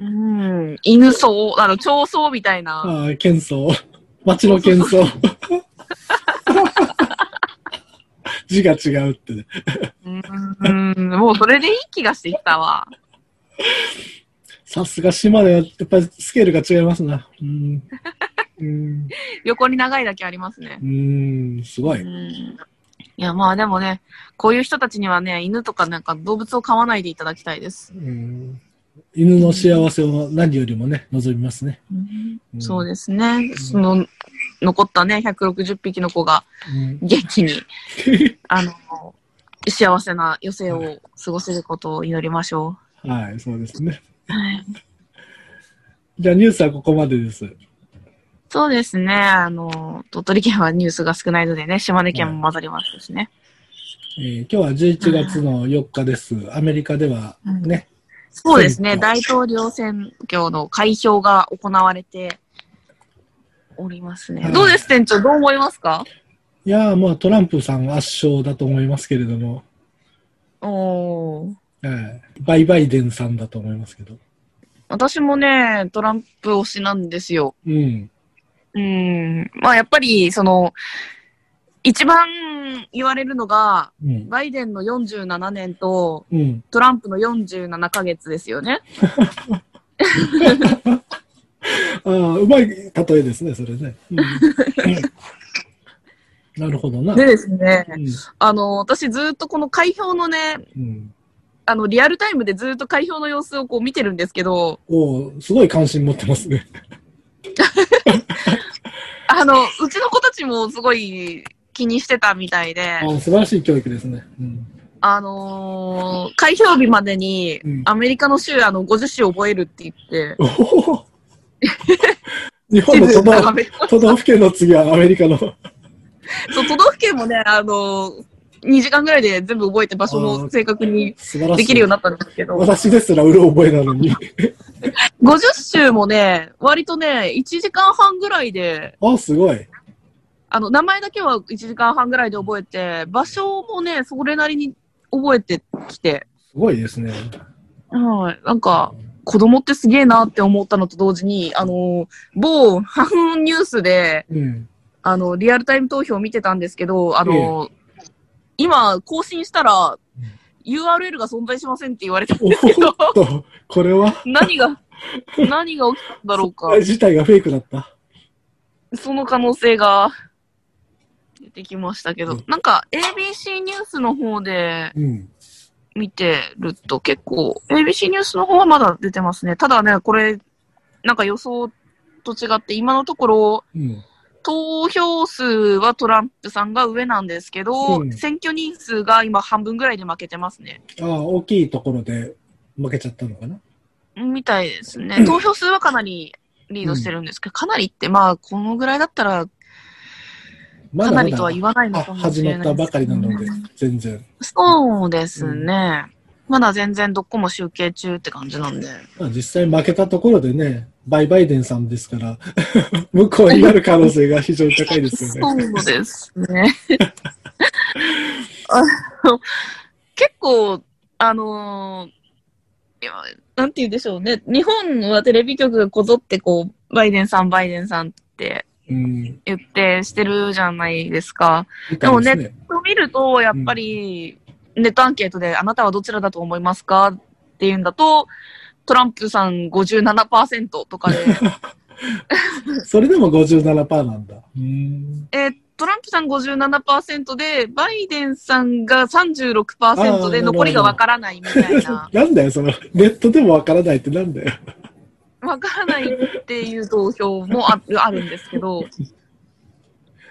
S4: うん。犬層、あの、長層みたいな。
S5: ああ、喧 騒。町の喧騒。 字が違うってね。
S4: うん。もうそれでいい気がしてきたわ。
S5: さすが島根は、やっぱりスケールが違いますな。うん。うん。
S4: 横に長いだけありますね。
S5: うん、すご
S4: う
S5: い。
S4: ん。いや、まあでもね、こういう人たちにはね、犬とかなんか動物を飼わないでいただきたいです。
S5: うん。犬の幸せを何よりもね、望みますね。ん
S4: そうですね。その、残ったね、160匹の子が
S5: うん
S4: 元気に、あ の、幸せな余生を過ごせることを祈りましょ
S5: はい、そうですね。
S4: う。はい
S5: じゃあニュースはここまでです。
S4: そうですね。あの、鳥取県はニュースが少ないのでね、島根県も混ざりますしね。
S5: えー今日は11月の4日です。アメリカではね、
S4: そうですね。
S5: そう
S4: 大統領選挙の開票が行われております
S5: は
S4: ね。
S5: い
S4: どうです、店長どう思いますか
S5: いやーまあトランプさん圧勝だと思いますけれども、
S4: おー
S5: はい、バイバイデンさんだと思いますけど。
S4: 私もね、トランプ推しなんですよ。
S5: うん。
S4: うん。まあ、やっぱり、その、一番言われるのが、
S5: うん。
S4: バイデンの47年と
S5: うん。
S4: トランプの47ヶ月ですよね。
S5: ああ、うまい例えですね、それね。うん なるほどな。
S4: でですね、
S5: うん
S4: あの、私ずっとこの開票のね、
S5: うん、
S4: あの、リアルタイムでずっと開票の様子をこう見てるんですけど、
S5: おーすごい関心持ってますね。
S4: あの、うちの子たちもすごい気にしてたみたいで
S5: あ、ー素晴らしい教育ですね。うん、
S4: あのー開票日までに
S5: うん
S4: アメリカの州、あの、50州覚えるって言って、
S5: おー日本の都道
S4: 地図
S5: 都道府県の次はアメリカの。
S4: そう都道府県もね、あの2時間ぐらいで全部覚えて場所も正確に
S5: 素晴らしい。
S4: できるようになったんですけど。
S5: 私ですらうろ覚えなのに。
S4: 50週もね、割とね、1時間半ぐらいで、
S5: あ、すごい。
S4: あの、名前だけは1時間半ぐらいで覚えて、場所もね、それなりに覚えてきて、
S5: すごいですね。
S4: はい、なんか、子供ってすげえなって思ったのと同時に、あの、某、ハフンニュースで、
S5: うん。
S4: あの、リアルタイム投票見てたんですけど、あの、今、更新したら、URL が存在しませんって言われたん
S5: お
S4: ですけど
S5: っ、と、これは、
S4: 何が、何が起きたんだろうか。
S5: 自体がフェイクだった。
S4: その可能性が出てきましたけど、
S5: うん
S4: なんか ABC ニュースの方で
S5: うん。
S4: 見てると結構、ABC ニュースの方はまだ出てますね。ただね、これ、なんか予想と違って、今のところ、
S5: うん。
S4: 投票数はトランプさんが上なんですけど、
S5: うん
S4: 選挙人数が今半分ぐらいで負けてますね。
S5: ああ、大きいところで負けちゃったのかな。
S4: みたいですね。投票数はかなりリードしてるんですけど、かなりって、まあ、このぐらいだったら、
S5: ま
S4: か
S5: だまだ
S4: なりとは言わないの
S5: あ
S4: かもし
S5: 始
S4: れ
S5: ま
S4: ない
S5: っ
S4: ですけど
S5: たばかりなので、全然。
S4: そうですね。まだ全然どこも集計中って感じなんで。
S5: まあ、実際負けたところでね、バイバイデンさんですから、 向こうになる可能性が非常に高いで すよね。
S4: そうですね。あの結構、あのーいやなんて言うんでしょうね。日本はテレビ局がこぞってこう、バイデンさん、バイデンさんって
S5: うん。
S4: 言ってしてるじゃないですか。
S5: みたいですね。
S4: そう見ると、やっぱり、ネットアンケートで、あなたはどちらだと思いますかっていうんだと、トランプさん57%とかで、
S5: それでも57%なんだ。うん。
S4: えートランプさん57%で、バイデンさんが
S5: あ
S4: 36%
S5: ー。
S4: で、残りがわからないみたいな
S5: なんだよ、その、ネットでもわからないってなんだよ。
S4: わからないっていう投票もああるんですけ ど、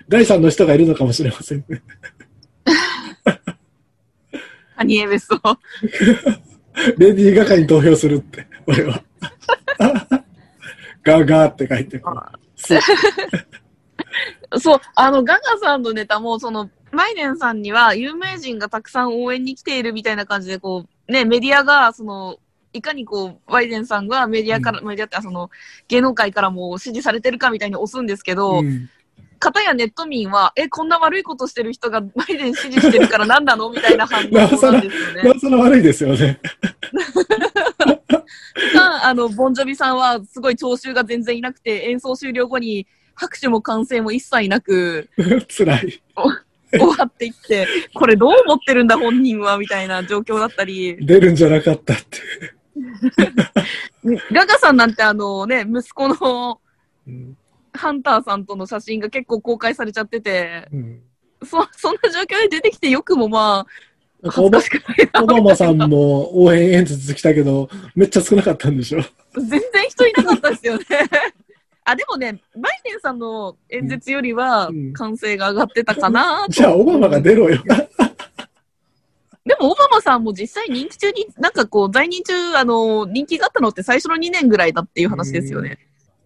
S5: 第三の人がいるのかもしれません ね。
S4: カニエベスを。
S5: レディー・ガガに投票するって、俺は。 ガーガーって書いてある
S4: そう、あの、ガガさんのネタも、その、バイデンさんには有名人がたくさん応援に来ているみたいな感じで、こう、ね、メディアが、その、いかにこう、バイデンさんがメディアから、メディアって、あその、芸能界からも支持されてるかみたいに押すんですけど、
S5: うん
S4: 片やネット民は、え、こんな悪いことしてる人が バイデン支持してるから何なのみたいな反応なんですよ
S5: な
S4: ね。
S5: おさら悪いですよね。
S4: があの、ボンジョビさんはすごい聴衆が全然いなくて、演奏終了後に拍手も歓声も一切なく
S5: 辛い。
S4: 終わっていって、これどう思ってるんだ本人はみたいな状況だったり、
S5: 出るんじゃなかったって。
S4: ガガさんなんてあのね、息子の
S5: うん
S4: ハンターさんとの写真が結構公開されちゃってて、
S5: うん
S4: そ、そんな状況で出てきてよくもまあ、恥ずかしくないな
S5: オバマさんも応援演説来たけど、めっちゃ少なかったんでしょ。
S4: 全然人いなかったですよね。あ、でもね、バイデンさんの演説よりは
S5: うん
S4: 歓声が上がってたかなと
S5: じゃあ、オバマが出ろよ。
S4: でも、オバマさんも実際任期中に、なんかこう、在任中、あの、人気があったのって最初の2年ぐらいだっていう話ですよね。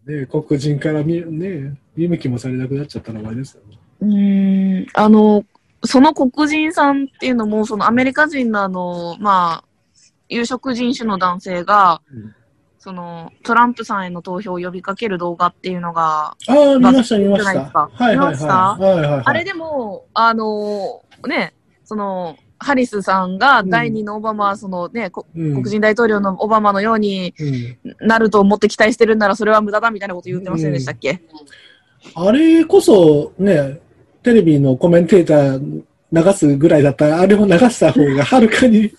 S5: ね黒人から見,、ね、見向きもされなくなっちゃったら終わりですよね。
S4: うーん、あの、その黒人さんっていうのも、そのアメリカ人のあの、まあ、有色人種の男性が、
S5: うん
S4: その、トランプさんへの投票を呼びかける動画っていうのが、
S5: ああ、見ました、見まし
S4: じゃない
S5: た。
S4: ですか
S5: はいは
S4: 見
S5: い
S4: ました
S5: はい。はいはいはい、
S4: あれでも、あのーね、その、ハリスさんが第二のオバマ、そのね、こ
S5: うん、
S4: 黒人大統領のオバマのように
S5: うん
S4: なると思って期待してるんならそれは無駄だみたいなこと言ってませんでしたっけ、
S5: あれこそね、テレビのコメンテーター流すぐらいだったら、あれを流した方がはるかに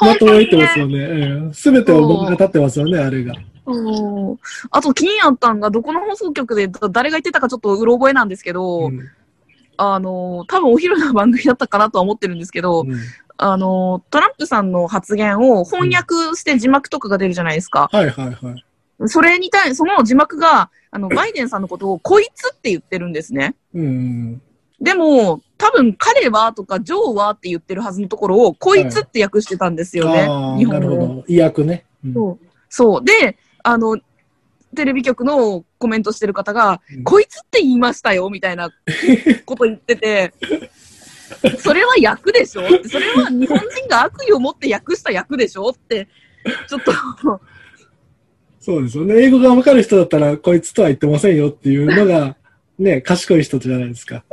S5: まとめてますよね。すべ、全てを物語ってますよね、あれが。
S4: そうあと気になったんが、どこの放送局でだ誰が言ってたかちょっとうろ覚えなんですけど、
S5: うん
S4: あのー多分お昼の番組だったかなとは思ってるんですけど、
S5: うん
S4: あのートランプさんの発言を翻訳して字幕とかが出るじゃないですか。
S5: はいはいはい。
S4: それに対、その字幕が、あ の、バイデンさんのことを、こいつって言ってるんですね。
S5: うん。
S4: でも、多分、彼はとか、ジョーはって言ってるはずのところを、こいつって訳してたんですよね。
S5: あ
S4: 日
S5: あ、
S4: 本
S5: なるほ
S4: 語。
S5: ど。意訳ね。うん
S4: そう。そう。で、あの、テレビ局のコメントしてる方が、
S5: うん
S4: こいつって言いましたよ、みたいなこと言って て、それは役でしょってそれは日本人が悪意を持って訳した役でしょって、ちょっと、
S5: そうですよね。英語がわかる人だったら、こいつとは言ってませんよっていう のが、ね、賢い人じゃないですか。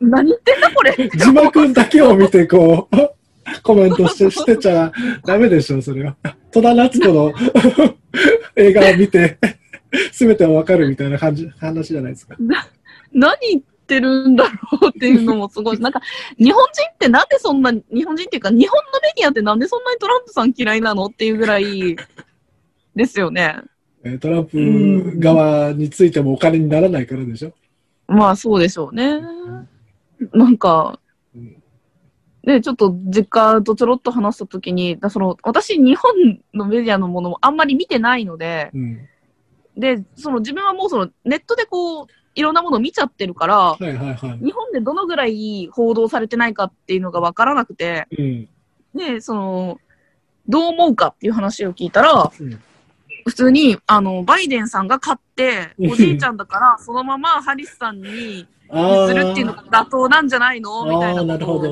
S4: 何言ってんだこれ。
S5: 字幕だけを見て、こう、 コメントしてしてちゃダメでしょ、それは。戸田夏子の 映画を見て、すべてはわかるみたいな感じ、話じゃないですか。
S4: 何言ってるんだろうっていうのもすごい。なんか、日本人ってなんでそんな、日本人っていうか、日本のメディアってなんでそんなにトランプさん嫌いなのっていうぐらい、ですよね。
S5: えートランプ側についてもお金にならないからでしょ。
S4: まあ、そうでしょうね。なんか、で、ちょっと実家とちょろっと話したときに、だその、私、日本のメディアのものもあんまり見てないので、
S5: うん。
S4: で、その自分はもうその、ネットでこう、いろんなものを見ちゃってるから、
S5: はいはいは
S4: 日本でどのぐらい報道されてないかっていうのがわからなくて、
S5: い。うん。
S4: で、その、どう思うかっていう話を聞いたら、
S5: うん
S4: 普通に、あの、バイデンさんが勝って、おじいちゃんだから、そのままハリスさんに
S5: ああ。
S4: するっていうのが妥当なんじゃないのみたいなこと
S5: あーなるほ
S4: を
S5: う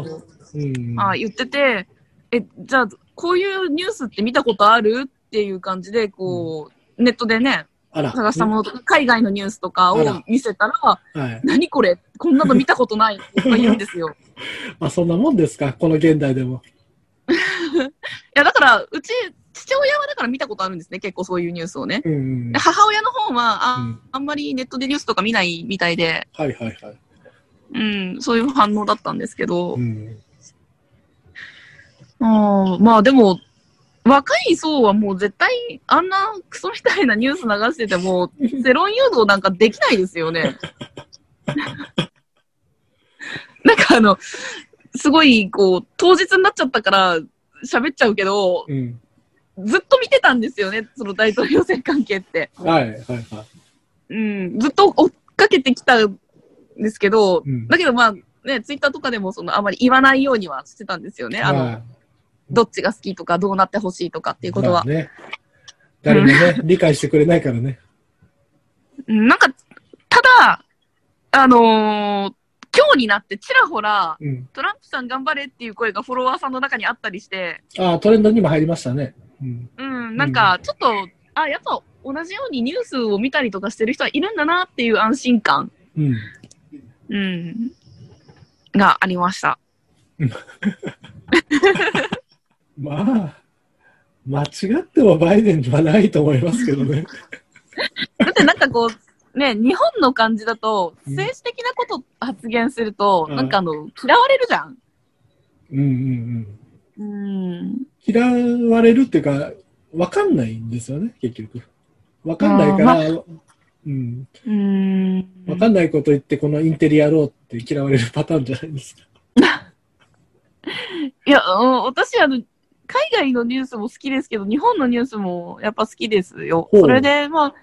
S5: ん。
S4: あー言ってて、え、じゃあ、こういうニュースって見たことあるっていう感じで、こう、ネットでね、
S5: あら。
S4: 探したものとか、海外のニュースとか
S5: あ
S4: を
S5: ら
S4: 見せたら、
S5: はい。
S4: 何これこんなの見たことないっていっぱい言うんです よ。
S5: まあ、そんなもんですか、この現代でも。
S4: いや、だから、うち、父親はだから見たことあるんですね、結構そういうニュースをね。
S5: うんうん。
S4: で母親の方は、あ,、
S5: うん
S4: あんまりネットでニュースとか見ないみたいで、
S5: はいはいはい。
S4: うん、そういう反応だったんですけど、
S5: うん。
S4: あーまあでも、若い層はもう絶対、あんなクソみたいなニュース流してて も、世論誘導なんかできないですよね。 なんかあの、すごい、こう、当日になっちゃったから、喋っちゃうけど、
S5: うん。
S4: ずっと見てたんですよね、その大統領選関係って。
S5: はいはいはい。
S4: うん、ずっと追っかけてきたんですけど、
S5: うん
S4: だけどまあ、ね、ツイッターとかでもそのあまり言わないようにはしてたんですよね。あの、
S5: まあ
S4: どっちが好きとか、どうなってほしいとかっていうこと
S5: ま
S4: は
S5: あ。ね。誰もね、理解してくれないからね。
S4: うんなんか、ただ、あのー今日になってちらほら、
S5: うん。
S4: トランプさん頑張れっていう声がフォロワーさんの中にあったりして、
S5: ああ、トレンドにも入りましたね。うん。
S4: うん、なんかちょっと、あ、やっぱ同じようにニュースを見たりとかしてる人はいるんだなっていう安心感、
S5: うん。
S4: うん、がありました。
S5: まあ、間違ってもバイデンではないと思いますけど ね。
S4: だってなんかこう、ね、日本の感じだと、
S5: うん
S4: 政治的なこと発言すると、
S5: うん
S4: なんかあの、嫌われるじゃん。
S5: うんうんうん。
S4: うん。
S5: 嫌われるっていうか、わかんないんですよね、結局。わかんないから、うん。
S4: うん。
S5: わかんないこと言って、このインテリアローって嫌われるパターンじゃないですか。
S4: いや、うん私あの、海外のニュースも好きですけど、日本のニュースもやっぱ好きですよ。
S5: ほう
S4: それで、まあ、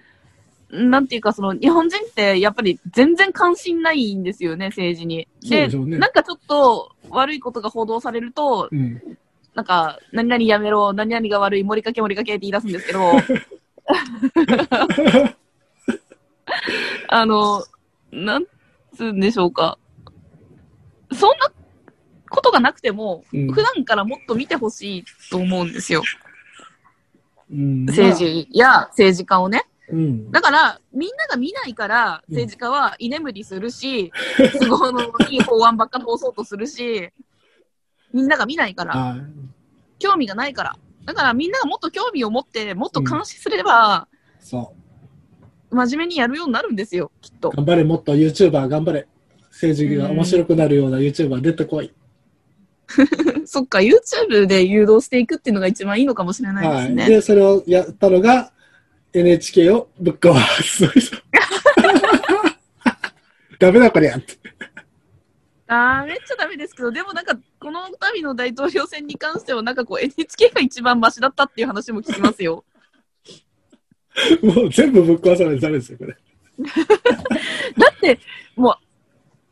S4: なんていうか、その、日本人ってやっぱり全然関心ないんですよね、政治に。
S5: そう
S4: で、
S5: でしょうね
S4: なんかちょっと悪いことが報道されると、
S5: うん。
S4: なんか、何々やめろ、何々が悪い、盛りかけ盛りかけって言い出すんですけ ど、あの、なんつうんでしょうか。そんなことがなくても、
S5: うん
S4: 普段からもっと見てほしいと思うんですよ。
S5: うん
S4: 政。治や政治家をね。
S5: うん。
S4: だから、みんなが見ないから、
S5: うん
S4: 政治家は居眠りするし、都合のいい法案ばっか通そうとするし、みんなが見ないから、
S5: あ
S4: 興味がないから。だからみんながもっと興味を持って、もっと監視すれば、
S5: そ
S4: 真面目にやるようになるんですよ、きっと
S5: う。。頑張れ、もっと YouTuber 頑張れ。政治が面白くなるような YouTuber 出てこい。
S4: そっか、YouTube で誘導していくっていうのが一番いいのかもしれないで
S5: は
S4: す
S5: い。
S4: ね。
S5: で、それをやったのが、NHK をぶっ壊す。 ダメだこりゃって。
S4: あーめっちゃダメですけど、でもなんか、この度の大統領選に関しては、なんかこう、NHK が一番マシだったっていう話も聞きます よ。
S5: もう全部ぶっ壊さないとダメですよ、これ。
S4: だって、もう、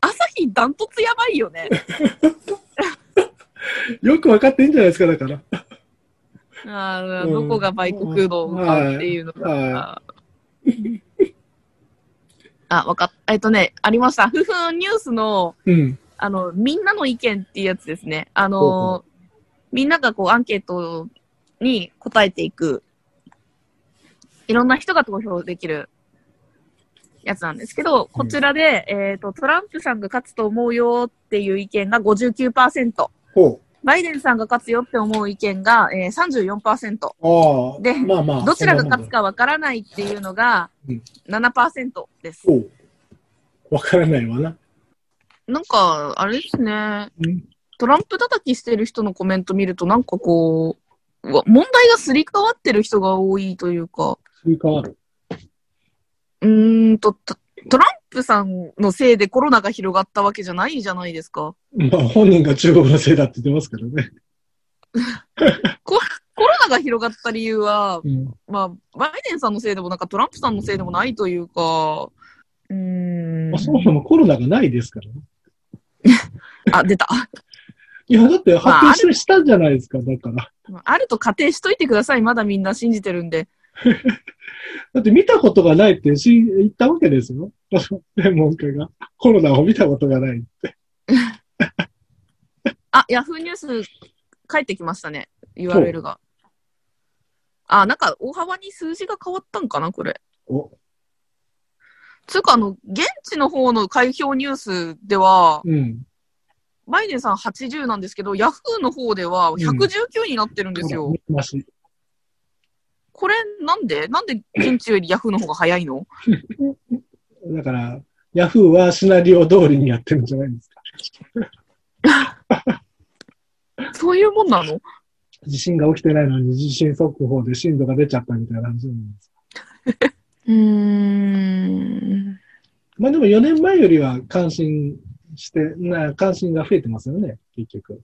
S4: 朝日ダントツやばいよね。
S5: よく分かっていいんじゃないですか、だから。
S4: あ
S5: う
S4: ー
S5: ん
S4: どこが売国のかっていうのが。あ、わかった。えっとね、ありました。ふふんニュースの、
S5: うん。
S4: あの、みんなの意見っていうやつですね。あの、
S5: ほうほ
S4: みんながこうアンケートに答えていく、いろんな人が投票できるやつなんですけど、こちらで、えっ、と、トランプさんが勝つと思うよっていう意見が59%。
S5: ほ
S4: バイデンさんが勝つよって思う意見が、えー、34%。
S5: ああ。
S4: で
S5: まあまあ。
S4: どちらが勝つ
S5: か。
S4: かわからないっていうのが
S5: うん
S4: 7%です。
S5: おうわからないわな。
S4: なんか、あれですね
S5: うん、
S4: トランプ叩きしてる人のコメント見ると、なんかこう、うわ問題がすり替わってる人が多いというか、
S5: スイカはある。
S4: うーんと、トトランプさんのせいでコロナが広がったわけじゃないじゃないですか。
S5: まあ本人が中国のせいだって言ってますからね。
S4: コロナが広がった理由は、
S5: うん。
S4: まあ、バイデンさんのせいでもなんかトランプさんのせいでもないというか、うーん
S5: まあ、。そもそもコロナがないですからね。
S4: あ、出た。
S5: いや、だって発
S4: まあ
S5: 表ししたんじゃないですか、だから。
S4: あると仮定しといてください。まだみんな信じてるんで。
S5: だって見たことがないってし言ったわけですよ。 専門家が。コロナを見たことがない。
S4: あ、ヤフーニュース帰ってきましたね、URL が。あ、なんか大幅に数字が変わったんかな、これ。
S5: お
S4: つうか、あの、現地の方の開票ニュースでは、
S5: うん。
S4: バイデンさん80なんですけど、ヤフーの方では119になってるんですよ。
S5: マシ
S4: これ、なんでなんで現地よりヤフーの方が早いの
S5: だから、ヤフーはシナリオ通りにやってるんじゃないんですか。
S4: そういうもんなの
S5: 地震が起きてないのに地震速報で震度が出ちゃったみたいな話なんです。
S4: うーん。
S5: まあでも4年前よりは関心して、な関心が増えてますよね、結局。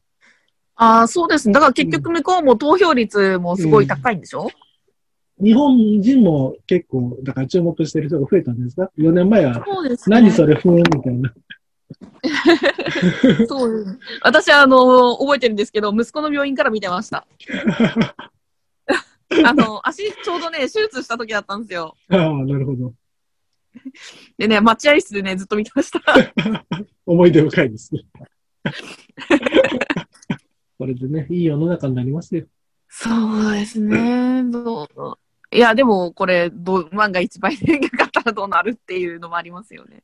S4: あーそうですね。だから結局向こうも投票率もすごい高いんでしょ、
S5: 日本人も結構、だから注目してる人が増えたんですが、4年前は、
S4: そうですね。
S5: 何それ、ふーんみたいな。
S4: そう。私は、あの、覚えてるんですけど、息子の病院から見てま した。あの、足、ちょうどね、手術した時だったんですよ。
S5: ああ、なるほど。
S4: でね、待合室でね、ずっと見てました。
S5: 思い出深 いですね。これでね、いい世の中になりますよ。
S4: そうですね、どういや、でも、これ、どう、万が一倍でが勝ったらどうなるっていうのもありますよね。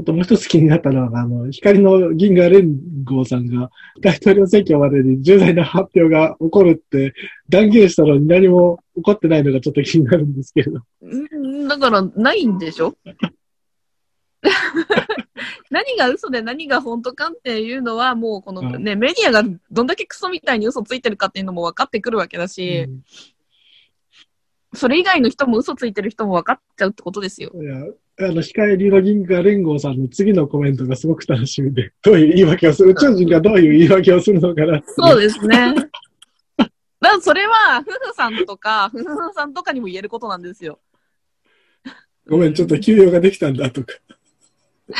S5: あともう一つ気になったのは、あの、光の銀河連合さんが大統領選挙までに重大な発表が起こるって断言したのに何も起こってないのがちょっと気になるんですけれど。
S4: んだから、ないんでしょ 何が嘘で何が本当かっていうのは、もうこの
S5: うん
S4: ね、メディアがどんだけクソみたいに嘘ついてるかっていうのも分かってくるわけだし、
S5: うん
S4: それ以外の人も嘘ついてる人も分かっちゃうってことですよ。
S5: いや、あの、光の銀河連合さんの次のコメントがすごく楽しみで、どういう言い訳をする、宇宙人がどういう言い訳をするのかなって
S4: そうです ね。だからそれは、夫婦さんとか、夫婦さんとかにも言えることなんですよ。
S5: ごめん、ちょっと休養ができたんだとか。
S4: い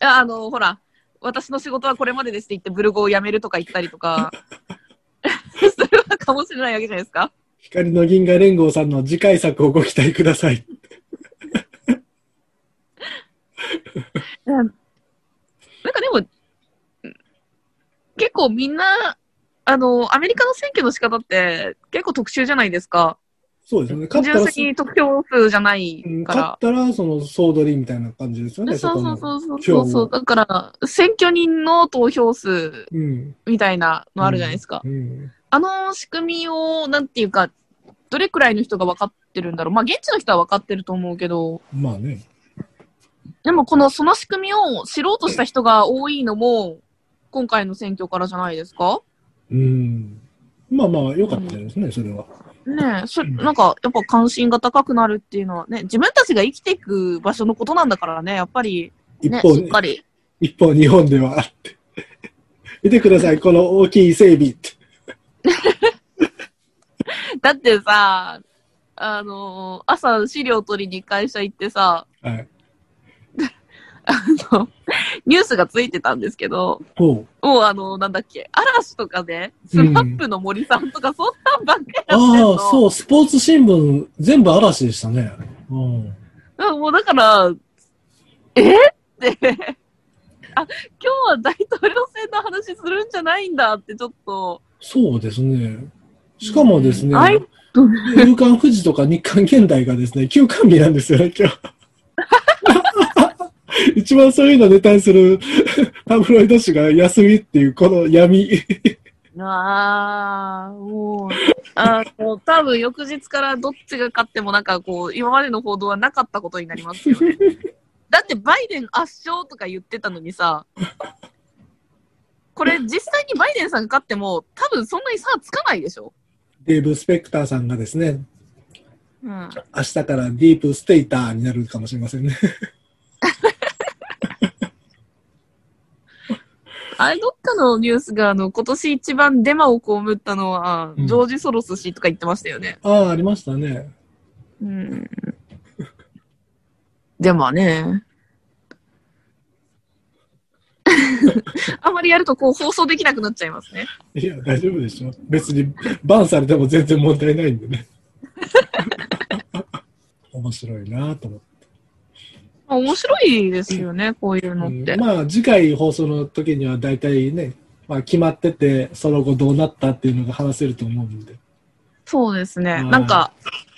S4: やあの、ほら、私の仕事はこれまでですって言って、ブルゴを辞めるとか言ったりと か、それはかもしれないわけじゃないですか。
S5: 光の銀河連合さんの次回作をご期待ください。
S4: なんかでも、結構みんな、あの、アメリカの選挙の仕方って結構特殊じゃないですか。
S5: そうですね。勝った
S4: 純
S5: ら
S4: 粋に得票数じゃない
S5: うん
S4: か
S5: 勝
S4: ら
S5: っ。たら、その、総取りみたいな感じですよね。
S4: そうそう
S5: この
S4: そうそうそうそう。
S5: 今日
S4: だから、選挙人の投票数
S5: うん。
S4: みたいなのあるじゃないですか。
S5: うん。
S4: あの仕組みを、なんていうか、どれくらいの人が分かってるんだろう。まあ、現地の人は分かってると思うけど、
S5: まあね。
S4: でもこの、その仕組みを知ろうとした人が多いのも、今回の選挙からじゃないですか
S5: うん。まあまあ、良かったですね、それは。
S4: ねえ、そなんか、やっぱ関心が高くなるっていうのはね、自分たちが生きていく場所のことなんだからね、やっぱり、
S5: 一
S4: ね、
S5: 方、
S4: しっかり。
S5: 一方、日本ではあって。 見てください、この大きい伊勢海老って。
S4: だってさ、あのー朝資料取りに会社行ってさ、
S5: はい。
S4: あの、ニュースがついてたんですけど、
S5: ほう。
S4: もうあの、なんだっけ、嵐とかね、スマップの森さんとか、そんなんばっかりやってんの
S5: ああ、そう、スポーツ新聞、全部嵐でしたね。うん。
S4: だからもうだから、えって、あ、今日は大統領選の話するんじゃないんだって、ちょっと、
S5: そうですね。しかもですね、
S4: はい
S5: 夕刊富士とか日刊現代がですね、休刊日なんですよね、今日。 一番そういうのネタにする タブロイド紙が休みっていう、この闇。
S4: ああ、もう、あの、多分翌日からどっちが勝ってもなんかこう、今までの報道はなかったことになりますよ ね。だってバイデン圧勝とか言ってたのにさ、これ実際にバイデンさんが勝っても、多分そんなに差はつかないでしょ
S5: デーブ・スペクターさんがですね、
S4: うん。
S5: 明日からディープステイターになるかもしれませんね。
S4: あれ、どっかのニュースが、あの、今年一番デマを被ったのは、
S5: うん
S4: ジョージ・ソロス氏とか言ってましたよね。
S5: ああ、ありましたね。
S4: うん。でも ね。あんまりやるとこう放送できなくなっちゃいますね。
S5: いや、大丈夫でしょ。別にバンされても全然問題ないんでね。 面白いなと思って。
S4: まあ面白いですよね、こういうのって。
S5: うんまあ、次回放送の時には大体ね、まあ、決まってて、その後どうなったっていうのが話せると思うんで。
S4: そうですね。
S5: うん
S4: なんか、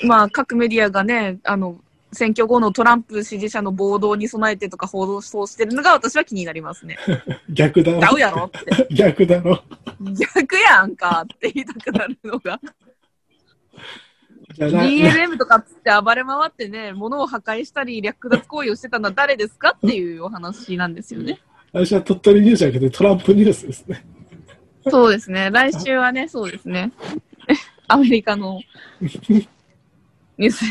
S4: まあ各メディアがね、あの、選挙後のトランプ支持者の暴動に備えてとか報道してるのが私は気になります ね。
S5: 逆だ
S4: ちゃ
S5: ろ
S4: う。やろって。
S5: 逆だろ。
S4: 逆やんかって言いたくなるのが。
S5: じゃあな
S4: DLM とかっつって暴れ回ってね、物を破壊したり略奪行為をしてたのは誰ですかっていうお話なんですよね。
S5: 私は鳥取ニュースじゃなくてトランプニュースですね。
S4: そうですね。来週はね、そうですね。 アメリカのニュース。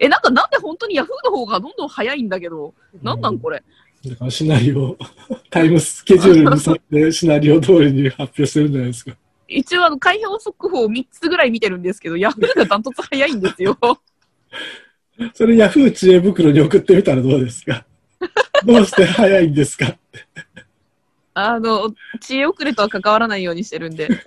S4: え、なんかなんで本当にヤフーの方がどんどん早いんだけど、なんなんこれ。
S5: だからシナリオ、タイムスケジュールに沿ってシナリオ通りに発表してるんじゃないですか。
S4: 一応あの開票速報を3つぐらい見てるんですけど、ヤフーがダントツ早いんですよ。
S5: それヤフー知恵袋に送ってみたらどうですかどうして早いんですか
S4: あの、知恵遅れとは関わらないようにしてるんで。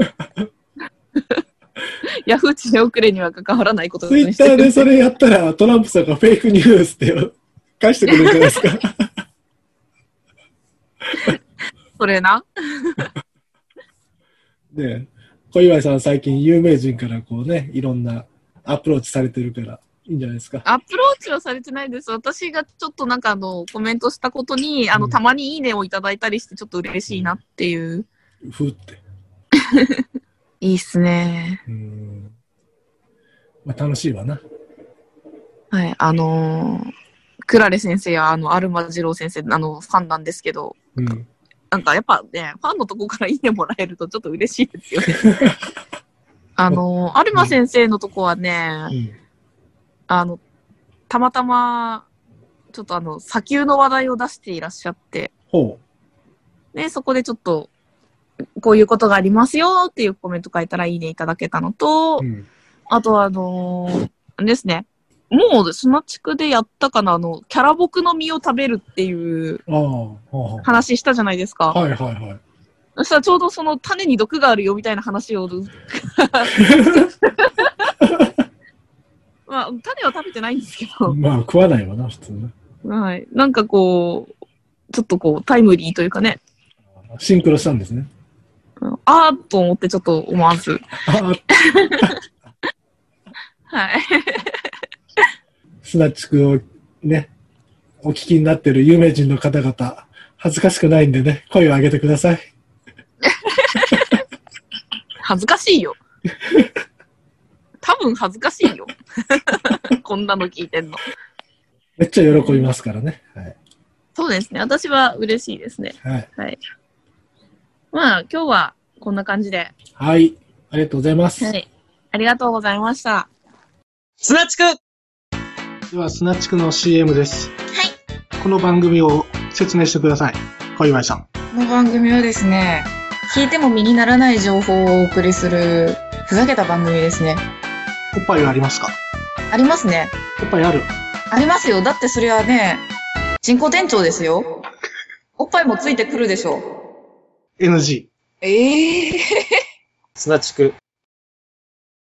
S4: ヤフー知恵遅れには関わらないこと
S5: ツイ
S4: に
S5: ッ
S4: し
S5: タ
S4: て
S5: ーで
S4: る。
S5: それやったらトランプさんがフェイクニュースって返してくれるんじゃないですか
S4: それな。
S5: ねえ小祝さん最近有名人からこうね、いろんなアプローチされてるからいいんじゃないですか。
S4: アプローチはされてないです。私がちょっとなんかあの、コメントしたことに、あ
S5: う
S4: の、
S5: ん
S4: たまにいいねをいただいたりして、ちょっと嬉しいなっていう。
S5: ふーって。
S4: いいっすね。
S5: うん。まあ楽しいわな。
S4: はい。あのークラレ先生や、あの、アルマ二郎先生、あの、ファンなんですけど、
S5: うん。
S4: なんかやっぱね、ファンのとこからいいねもらえるとちょっと嬉しいですよね。 あのーアルマ先生のとこはね
S5: う、ん。
S4: あの、たまたま、ちょっとあの、砂丘の話題を出していらっしゃって、
S5: ほ
S4: ね、そこでちょっと、こういうことがありますよっていうコメント書いたらいいねいただけたのと、
S5: う。うん。
S4: あとはあのーあれですね、もう砂地区でやったかな、あの、キャラボクの実を食べるっていう
S5: ああ、ほうほう
S4: 話したじゃないですか。
S5: はいはいはい。
S4: そしたらちょうどその種に毒があるよみたいな話を、 まあ、種は食べてないんですけど、
S5: まあ食わないわな、普通ね。
S4: はい。なんかこう、ちょっとこう、タイムリーというかね、
S5: シンクロしたんですね。
S4: うんあーっと思ってちょっと思わず、
S5: あ
S4: はい。
S5: スナッチクをね、お聞きになってる有名人の方々、恥ずかしくないんでね、声を上げてください。
S4: 恥ずかしいよ。多分恥ずかしいよ。 こんなの聞いてんの。
S5: めっちゃ喜びますからね。はい。
S4: そうですね。私は嬉しいですね。
S5: はい。
S4: はい。まあ、今日はこんな感じで。
S5: はい、ありがとうございます。
S4: い。ありがとうございました。
S1: すなちく
S2: では、スナチクの CM です。この番組を説明してください。小祝さん。
S3: この番組はですね、聞いても身にならない情報をお送りする、ふざけた番組ですね。
S2: おっぱいはありますか
S3: ありますね。
S2: おっぱいある。
S3: ありますよ。だってそれはね、人工店長ですよ。おっぱいもついてくるでしょう。
S2: NG。
S3: ええ
S1: すなちく